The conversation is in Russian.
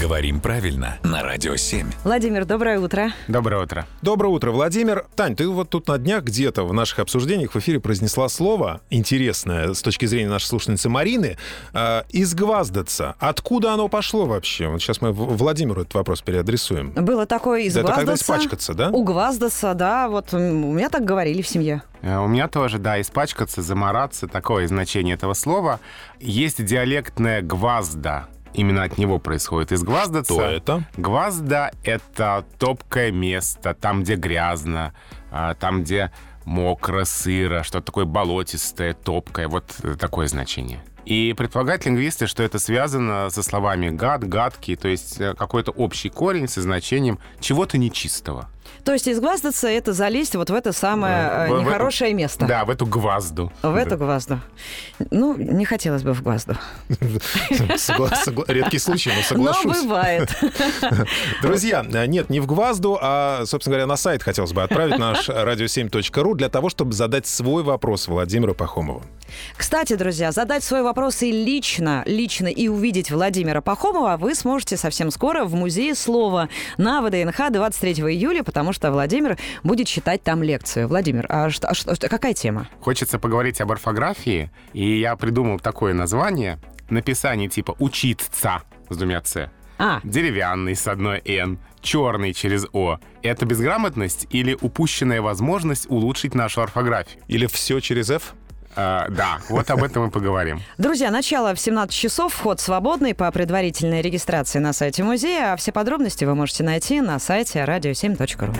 Говорим правильно на Радио 7. Владимир, доброе утро. Доброе утро. Доброе утро, Владимир. Тань, ты вот тут на днях где-то в наших обсуждениях в эфире произнесла слово интересное с точки зрения нашей слушательницы Марины э, «изгваздаться». Откуда оно пошло вообще? Вот сейчас мы В- Владимиру этот вопрос переадресуем. Было такое Это когда изгваздаться. испачкаться, да? Угваздаться, да, вот м, у меня так говорили в семье. Э, У меня тоже, да, испачкаться, замораться, такое значение этого слова. Есть диалектное гвазда. Именно от него происходит изгваздаться. Что это? Гвазда — это топкое место, там, где грязно, а, там, где мокро, сыро, что-то такое болотистое, топкое. Вот э, такое значение. И предполагают лингвисты, что это связано со словами «гад», «гадкий», то есть э, какой-то общий корень со значением чего-то нечистого. То есть изгваздаться — это залезть вот в это самое э, В- в эту- нехорошее место. Да, в эту гвазду. В Да. эту гвазду. Ну, не хотелось бы в гвазду. Согла- согла- Редкий случай, но Но соглашусь. бывает. Друзья, э, нет, не в Гвазду, а, собственно говоря, на сайт хотелось бы отправить наш radio7.ru для того, чтобы задать свой вопрос Владимиру Пахомову. Кстати, друзья, задать свои вопросы лично, лично и увидеть Владимира Пахомова вы сможете совсем скоро в Музее слова на ВДНХ 23 июля, потому что Владимир будет читать там лекцию. Владимир, а, что- а что- какая тема? Хочется поговорить об орфографии, и я придумал такое название. Написание типа «учиться» с двумя «ц». А, Деревянный с одной «н», черный через «о». Это безграмотность или упущенная возможность улучшить нашу орфографию? Или все через F? А, да, вот об этом мы поговорим. друзья, начало в 17 часов, вход свободный по предварительной регистрации на сайте музея, а все подробности вы можете найти на сайте radio7.ru.